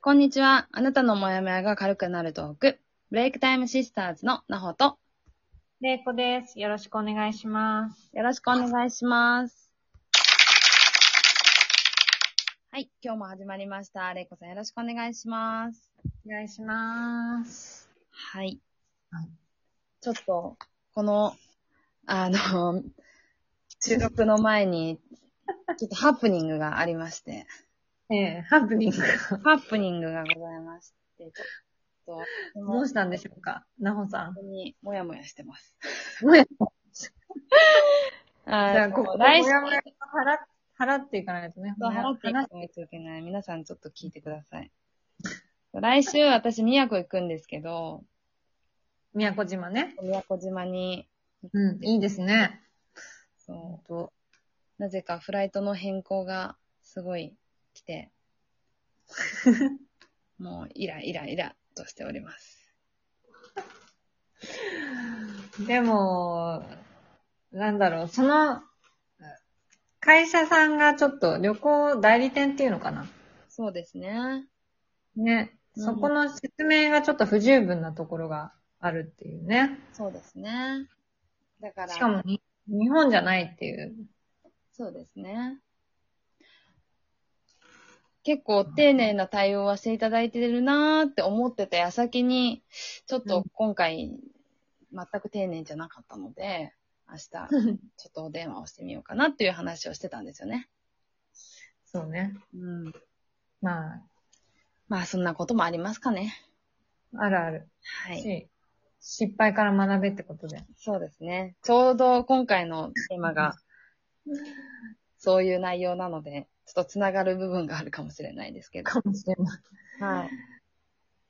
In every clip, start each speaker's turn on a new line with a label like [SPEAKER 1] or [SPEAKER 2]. [SPEAKER 1] こんにちは。あなたのモヤモヤが軽くなるトーク。ブレイクタイムシスターズのなほと、
[SPEAKER 2] れいこです。よろしくお願いします。
[SPEAKER 1] よろしくお願いします。はい。今日も始まりました。れいこさんよろしくお願いします。
[SPEAKER 2] お願いします。
[SPEAKER 1] はい。
[SPEAKER 2] はい
[SPEAKER 1] ちょっと、この、あの、収録の前に、ちょっとハプニングがありまして、
[SPEAKER 2] ええハプニング。
[SPEAKER 1] ハプニングがございまして、ちょっと、
[SPEAKER 2] どうしたんで
[SPEAKER 1] ょ
[SPEAKER 2] しょうかなほさん
[SPEAKER 1] 本。当にもやもやしてます。
[SPEAKER 2] もや、じ
[SPEAKER 1] あ
[SPEAKER 2] ゃあ、ここ、も
[SPEAKER 1] 来
[SPEAKER 2] や
[SPEAKER 1] 週
[SPEAKER 2] もや払っ、払っていかないとね。
[SPEAKER 1] そう、払っていかないといけない。皆さんちょっと聞いてください。来週私、宮古行くんですけど、
[SPEAKER 2] 宮古島ね。
[SPEAKER 1] 宮古島に、
[SPEAKER 2] うん、いいですね。
[SPEAKER 1] そ
[SPEAKER 2] と、
[SPEAKER 1] う、なぜかフライトの変更がすごい来 て、もうイライライラとしております。
[SPEAKER 2] でも、なんだろう、その、会社さんがちょっと旅行代理店っていうのかな
[SPEAKER 1] そうですね。
[SPEAKER 2] ね。
[SPEAKER 1] うん
[SPEAKER 2] そこの説明がちょっと不十分なところがあるっていうね。
[SPEAKER 1] そうですね。だから、
[SPEAKER 2] しかもに、日本じゃないっていう。
[SPEAKER 1] そうですね。結構丁寧な対応はしていただいてるなーって思ってた矢先に、ちょっと今回、全く丁寧じゃなかったので、明日、ちょっとお電話をしてみようかなっていう話をしてたんですよね。
[SPEAKER 2] そうね。
[SPEAKER 1] うん。
[SPEAKER 2] まあ、
[SPEAKER 1] まあ、そんなこともありますかね。
[SPEAKER 2] あるある
[SPEAKER 1] は
[SPEAKER 2] し、
[SPEAKER 1] い。
[SPEAKER 2] 失敗から学べってことで。
[SPEAKER 1] そうですね。ちょうど今回のテーマが、そういう内容なので、ちょっとつながる部分があるかもしれないですけど。
[SPEAKER 2] かもしれない。
[SPEAKER 1] はい。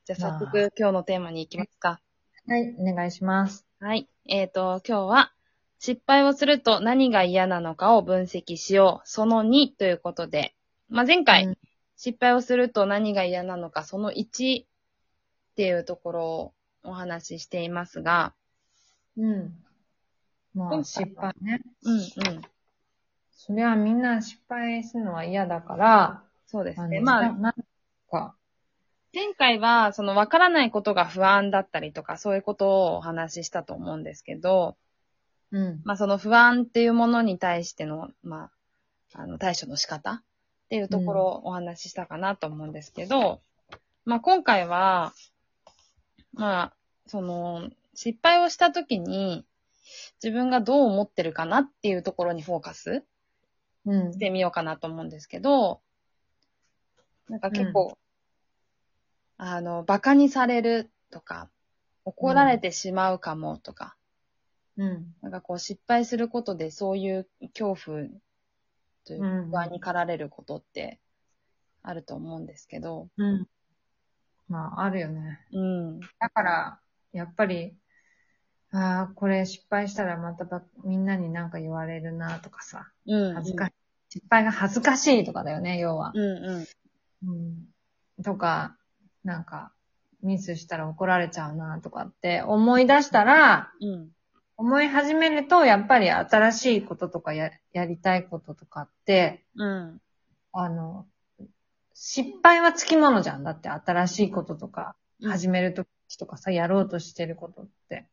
[SPEAKER 1] じゃあ
[SPEAKER 2] まあ
[SPEAKER 1] 早速今日のテーマに行きますか。
[SPEAKER 2] はい、お願いします。
[SPEAKER 1] はい。えっ、と、今日は失敗をすると何が嫌なのかを分析しよう。その2ということで。まあ、前回、
[SPEAKER 2] うん
[SPEAKER 1] 失敗をすると何が嫌なのかその1っていうところをお話ししていますが。
[SPEAKER 2] うん。ま
[SPEAKER 1] う
[SPEAKER 2] あ、
[SPEAKER 1] ん
[SPEAKER 2] 失敗ね。
[SPEAKER 1] うんうん。
[SPEAKER 2] それはみんな失敗するのは嫌だから、
[SPEAKER 1] そうですね。
[SPEAKER 2] の
[SPEAKER 1] まあ
[SPEAKER 2] な、なんか、
[SPEAKER 1] 前回は、その分からないことが不安だったりとか、そういうことをお話ししたと思うんですけど、
[SPEAKER 2] うん。
[SPEAKER 1] まあ、その不安っていうものに対しての、まあ、あの、対処の仕方っていうところをお話ししたかなと思うんですけど、まあ、今回は、まあ、その、失敗をした時に、自分がどう思ってるかなっていうところにフォーカス
[SPEAKER 2] うん
[SPEAKER 1] し。てみようかなと思うんですけど、なんか結構、あの、馬鹿にされるとか、怒られてしまうかもとか、
[SPEAKER 2] うん。
[SPEAKER 1] なんかこう失敗することでそういう恐怖という
[SPEAKER 2] う
[SPEAKER 1] か
[SPEAKER 2] ん
[SPEAKER 1] 不安に駆られることってあると思うんですけど、
[SPEAKER 2] うん。まあ、あるよね。
[SPEAKER 1] うん。
[SPEAKER 2] だから、やっぱり、ああ、これ失敗したらまたばみんなになんか言われるなとかさ、
[SPEAKER 1] うん。
[SPEAKER 2] 恥ずかしい。失敗が恥ずかしいとかだよね、要は。
[SPEAKER 1] うんうん。
[SPEAKER 2] うんとか、なんか、ミスしたら怒られちゃうなとかって思い出したら、
[SPEAKER 1] うん。
[SPEAKER 2] 思い始めると、やっぱり新しいこととかや、やりたいこととかって、
[SPEAKER 1] うん。
[SPEAKER 2] あの、失敗はつきものじゃん。だって新しいこととか、始めるときとかさ、やろうとしてることって。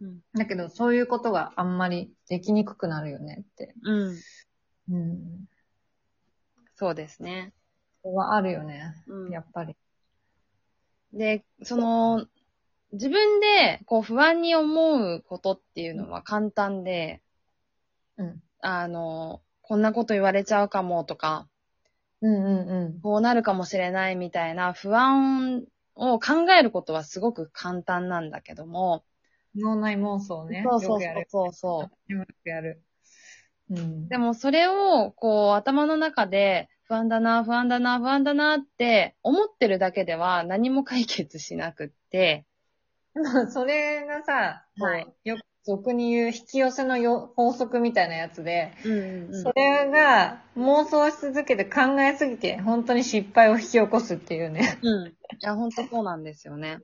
[SPEAKER 1] うん。
[SPEAKER 2] だけど、そういうことがあんまりできにくくなるよねって。
[SPEAKER 1] うん。
[SPEAKER 2] うん。
[SPEAKER 1] そうですね。
[SPEAKER 2] それはあるよね。
[SPEAKER 1] うん
[SPEAKER 2] やっぱり。
[SPEAKER 1] で、その、自分でこう不安に思うことっていうのは簡単で、
[SPEAKER 2] うん。
[SPEAKER 1] あの、こんなこと言われちゃうかもとか、
[SPEAKER 2] うんうんう
[SPEAKER 1] こうなるかもしれないみたいな不安を考えることはすごく簡単なんだけども、
[SPEAKER 2] ん。脳内妄想ね。
[SPEAKER 1] そうそ
[SPEAKER 2] よ
[SPEAKER 1] う
[SPEAKER 2] く
[SPEAKER 1] そ
[SPEAKER 2] や
[SPEAKER 1] う
[SPEAKER 2] る
[SPEAKER 1] そうそ
[SPEAKER 2] よくやる。うん。
[SPEAKER 1] う。でもそれをこう頭の中で不安だな、不安だな、不安だなって思ってるだけでは何も解決しなくって、
[SPEAKER 2] も、それがさ、こう
[SPEAKER 1] はい
[SPEAKER 2] よく俗に言う引き寄せのよ法則みたいなやつで、
[SPEAKER 1] うん
[SPEAKER 2] それが妄想し続けて考えすぎて、本当に失敗を引き起こすっていうね。
[SPEAKER 1] うん。いや、ほんとそうなんですよね。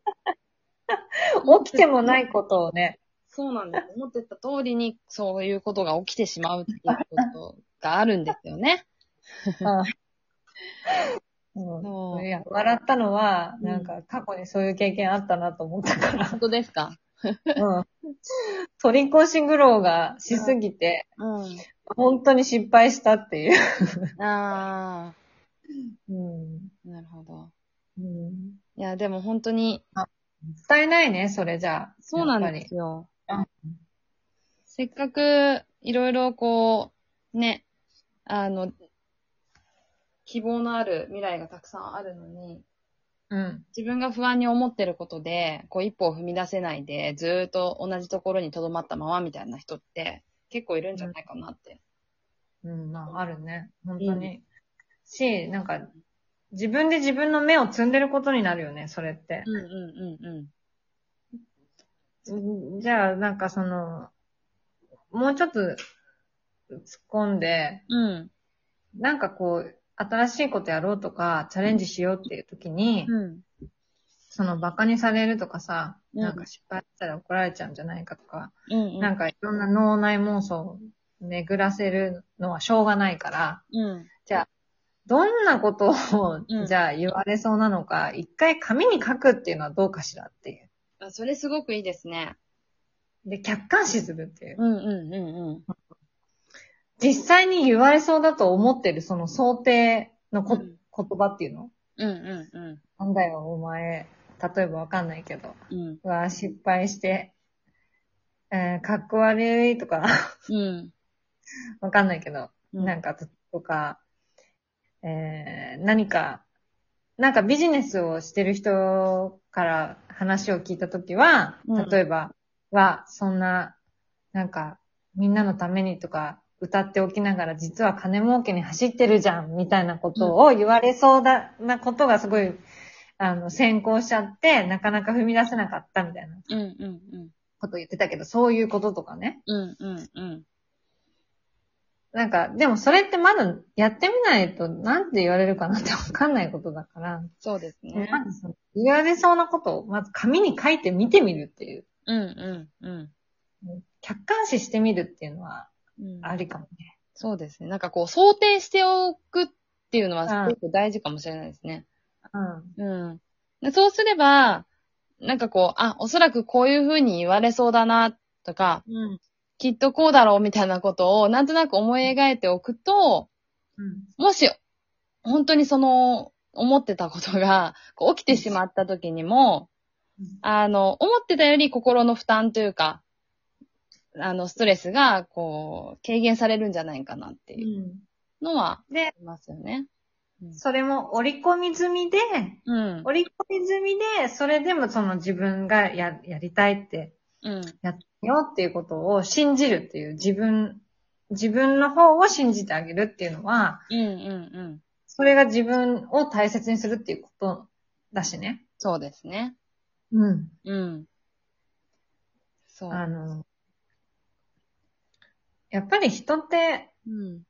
[SPEAKER 2] 起きてもないことをね。
[SPEAKER 1] そうなんです。思ってた通りにそういうことが起きてしまうっていうことがあるんですよね。
[SPEAKER 2] うん。
[SPEAKER 1] そう
[SPEAKER 2] うんや、笑ったのは、
[SPEAKER 1] うん
[SPEAKER 2] なんか過去にそういう経験あったなと思ったか。
[SPEAKER 1] 本当ですから
[SPEAKER 2] うん。取り越し苦労がしすぎて、
[SPEAKER 1] う
[SPEAKER 2] 本当に失敗したっていう。
[SPEAKER 1] ん。あ
[SPEAKER 2] うん。
[SPEAKER 1] あ、なるほど。
[SPEAKER 2] うん。
[SPEAKER 1] いや、でも本当に、
[SPEAKER 2] もったいないね、それじゃあ。
[SPEAKER 1] そうなん
[SPEAKER 2] やっぱ
[SPEAKER 1] で
[SPEAKER 2] り
[SPEAKER 1] すよ
[SPEAKER 2] うん。
[SPEAKER 1] せっかく、いろいろこう、ね、あの、希望のある未来がたくさんあるのに、
[SPEAKER 2] うん。
[SPEAKER 1] 自分が不安に思ってることで、こう一歩を踏み出せないで、ずーっと同じところに留まったままみたいな人って、結構いるんじゃないかなって。
[SPEAKER 2] うん、まあ、あるね。本当に。し、なんか、自分で自分の目を摘んでることになるよね、それって。
[SPEAKER 1] うんうんうんうん。
[SPEAKER 2] じゃあ、なんかその、もうちょっと突っ込んで、
[SPEAKER 1] うん。
[SPEAKER 2] なんかこう、新しいことやろうとか、チャレンジしようっていう時に、
[SPEAKER 1] うん。
[SPEAKER 2] その、バカにされるとかさ、
[SPEAKER 1] うん
[SPEAKER 2] なんか失敗したら怒られちゃうんじゃないかとか、
[SPEAKER 1] うん。
[SPEAKER 2] なん
[SPEAKER 1] か、
[SPEAKER 2] かいろんな脳内妄想を巡らせるのはしょうがないから、
[SPEAKER 1] うん。
[SPEAKER 2] どんなことを、
[SPEAKER 1] うん
[SPEAKER 2] じゃあ言われそうなのか、一回紙に書くっていうのはどうかしらっていう。
[SPEAKER 1] あ、それすごくいいですね。
[SPEAKER 2] で、客観視するっていう。
[SPEAKER 1] うんうんうんうん。
[SPEAKER 2] 実際に言われそうだと思ってる、その想定のこ、
[SPEAKER 1] うん
[SPEAKER 2] 言葉っていうの
[SPEAKER 1] うんうんうん。
[SPEAKER 2] なんだよ、お前。例えばわかんないけど。
[SPEAKER 1] うん。
[SPEAKER 2] うわ、失敗して。えー、かっこ悪いとか、
[SPEAKER 1] うん。
[SPEAKER 2] わかんないけど。
[SPEAKER 1] うん
[SPEAKER 2] なんか、とか、えー、何か、なんかビジネスをしてる人から話を聞いたときは、
[SPEAKER 1] うん
[SPEAKER 2] 例えば、は、そんな、なんか、みんなのためにとか、歌っておきながら、実は金儲けに走ってるじゃん、みたいなことを言われそうだ、なことがすごい、あの、先行しちゃって、なかなか踏み出せなかったみたいな
[SPEAKER 1] うんうんうん。
[SPEAKER 2] こと言ってたけど、そういうこととかね。
[SPEAKER 1] うんうんうん。
[SPEAKER 2] なんか、でもそれってまだやってみないと、なんて言われるかなってわかんないことだから、
[SPEAKER 1] そうですね。
[SPEAKER 2] まずその言われそうなことを、まず紙に書いて見てみるっていう、
[SPEAKER 1] うんうんうん
[SPEAKER 2] 客観視してみるっていうのは
[SPEAKER 1] うん。
[SPEAKER 2] ありかもね。
[SPEAKER 1] そうですね。なんかこう、想定しておくっていうのはす
[SPEAKER 2] うん
[SPEAKER 1] ごく大事かもしれないですね。
[SPEAKER 2] うん。
[SPEAKER 1] うん。でそうすれば、なんかこう、あ、おそらくこういうふうに言われそうだな、とか、
[SPEAKER 2] うん。
[SPEAKER 1] きっとこうだろうみたいなことを、なんとなく思い描いておくと、もし、本当にその、思ってたことが、こう起きてしまった時にも
[SPEAKER 2] うん、
[SPEAKER 1] あの、思ってたより心の負担というか、あの、ストレスが、こう、軽減されるんじゃないかなっていうのは、
[SPEAKER 2] で
[SPEAKER 1] ありますよね。
[SPEAKER 2] それも折り込み済みで、
[SPEAKER 1] うん。
[SPEAKER 2] 折り込み済みで、それでもその自分がや、やりたいって、
[SPEAKER 1] うん。
[SPEAKER 2] やってみようっていうことを信じるっていう、自分、自分の方を信じてあげるっていうのは、
[SPEAKER 1] うんうんうん。
[SPEAKER 2] それが自分を大切にするっていうことだしね。
[SPEAKER 1] そうですね。
[SPEAKER 2] うん。
[SPEAKER 1] うん。そう。
[SPEAKER 2] あの、やっぱり人って
[SPEAKER 1] うん。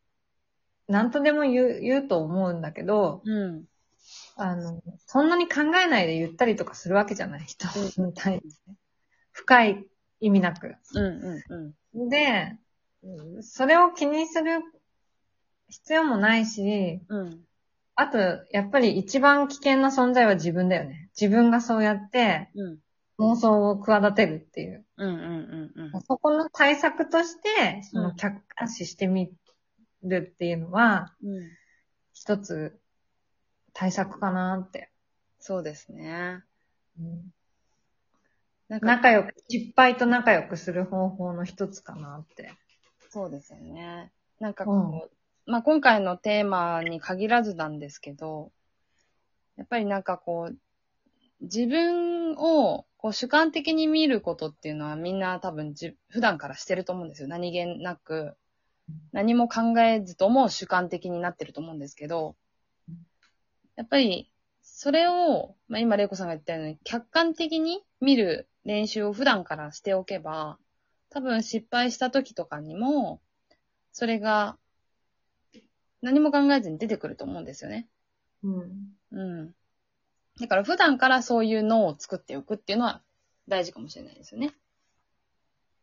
[SPEAKER 2] 何とでも言う言うと思うんだけど、
[SPEAKER 1] うん。
[SPEAKER 2] あの、そんなに考えないで言ったりとかするわけじゃ ない人に対して。深い意味なく。
[SPEAKER 1] うんうんうん。
[SPEAKER 2] で、それを気にする必要もないし、
[SPEAKER 1] うん。
[SPEAKER 2] あと、やっぱり一番危険な存在は自分だよね。自分がそうやって
[SPEAKER 1] うん。
[SPEAKER 2] 妄想を企てるっていう。
[SPEAKER 1] うんうんうんうん。
[SPEAKER 2] そこの対策として、そうの
[SPEAKER 1] ん
[SPEAKER 2] 客観視してみるっていうのは、
[SPEAKER 1] うん。
[SPEAKER 2] 一つ対策かなって。
[SPEAKER 1] そうですね。なんか、
[SPEAKER 2] 仲良く、失敗と仲良くする方法の一つかなって。
[SPEAKER 1] そうですよね。なんかこう、まあ今回のテーマに限らずなんですけど、やっぱりなんかこう、自分をこう主観的に見ることっていうのはみんな多分じ普段からしてると思うんですよ。何気なく。何も考えずとも主観的になってると思うんですけど、やっぱりそれを、まあ、今、玲子さんが言ったように、客観的に見る練習を普段からしておけば、多分失敗した時とかにも、それが何も考えずに出てくると思うんですよね。
[SPEAKER 2] うん。
[SPEAKER 1] うん。だから普段からそういう脳を作っておくっていうのは大事かもしれないですよね。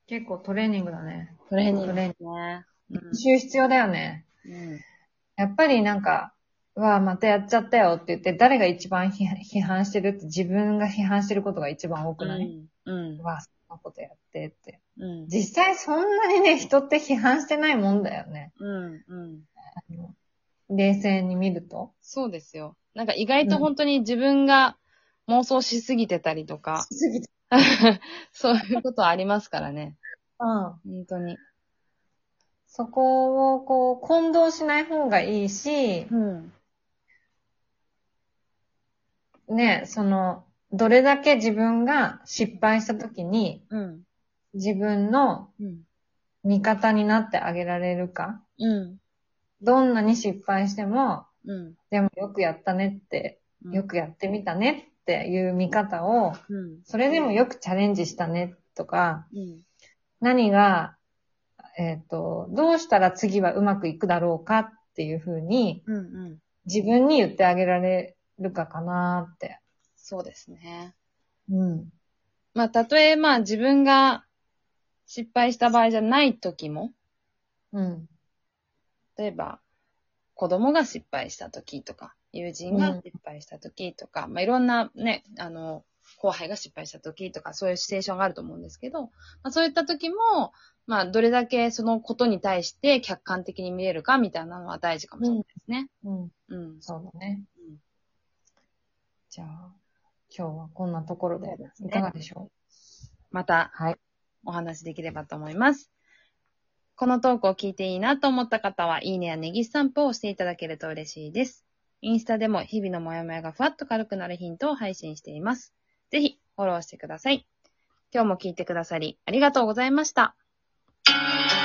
[SPEAKER 2] 結構トレーニングだね。
[SPEAKER 1] トレーニング
[SPEAKER 2] トレーニン
[SPEAKER 1] ね。
[SPEAKER 2] グ。必要必要だよね。
[SPEAKER 1] うん。
[SPEAKER 2] やっぱりなんか、はまたやっちゃったよって言って、誰が一番批批判してるって自分が批判してることが一番多くない、
[SPEAKER 1] うん。
[SPEAKER 2] わあ、そんなことやってって。
[SPEAKER 1] うん。
[SPEAKER 2] 実際そんなにね、人って批判してないもんだよね。
[SPEAKER 1] うん。うん。
[SPEAKER 2] あの冷静に見ると。
[SPEAKER 1] そうですよ。なんか意外と本当に自分が妄想しすぎてたりとか、
[SPEAKER 2] すぎて。
[SPEAKER 1] そういうことありますからね。
[SPEAKER 2] うん。
[SPEAKER 1] 本当に。
[SPEAKER 2] そこをこう、混同しない方がいいし、
[SPEAKER 1] うん。
[SPEAKER 2] ね、その、どれだけ自分が失敗した時に
[SPEAKER 1] うん。
[SPEAKER 2] 自分の
[SPEAKER 1] うん。
[SPEAKER 2] 味方になってあげられるか。
[SPEAKER 1] うん。
[SPEAKER 2] どんなに失敗しても、
[SPEAKER 1] うん。
[SPEAKER 2] でもよくやったねって、
[SPEAKER 1] うん
[SPEAKER 2] よ。くやってみたねっていう見方を、
[SPEAKER 1] うん。
[SPEAKER 2] それでもよくチャレンジしたねとか、
[SPEAKER 1] うん。
[SPEAKER 2] 何が、えっ、と、どうしたら次はうまくいくだろうかっていうふうに、
[SPEAKER 1] うん。うん。
[SPEAKER 2] 自分に言ってあげられるかかなって。
[SPEAKER 1] そうですね。
[SPEAKER 2] うん。
[SPEAKER 1] まあ、たとえ、まあ自分が失敗した場合じゃない時も、
[SPEAKER 2] うん。
[SPEAKER 1] 例えば、子供が失敗した時とか、友人が失敗した時とか、まあいろんなね、あの、後輩が失敗した時とか、そういうシチュエーションがあると思うんですけど、まあそういった時も、まあどれだけそのことに対して客観的に見れるかみたいなのは大事かもしれないですね。
[SPEAKER 2] うん。
[SPEAKER 1] うん。
[SPEAKER 2] そうだね
[SPEAKER 1] うん。
[SPEAKER 2] じゃあ、今日はこんなところでいかがでしょ
[SPEAKER 1] また、
[SPEAKER 2] はい
[SPEAKER 1] お話しできればと思います。このトークを聞いていいなと思った方は、いいねやネギスタンプを押していただけると嬉しいです。インスタでも日々のモヤモヤがふわっと軽くなるヒントを配信しています。ぜひ、フォローしてください。今日も聞いてくださり、ありがとうございました。
[SPEAKER 2] う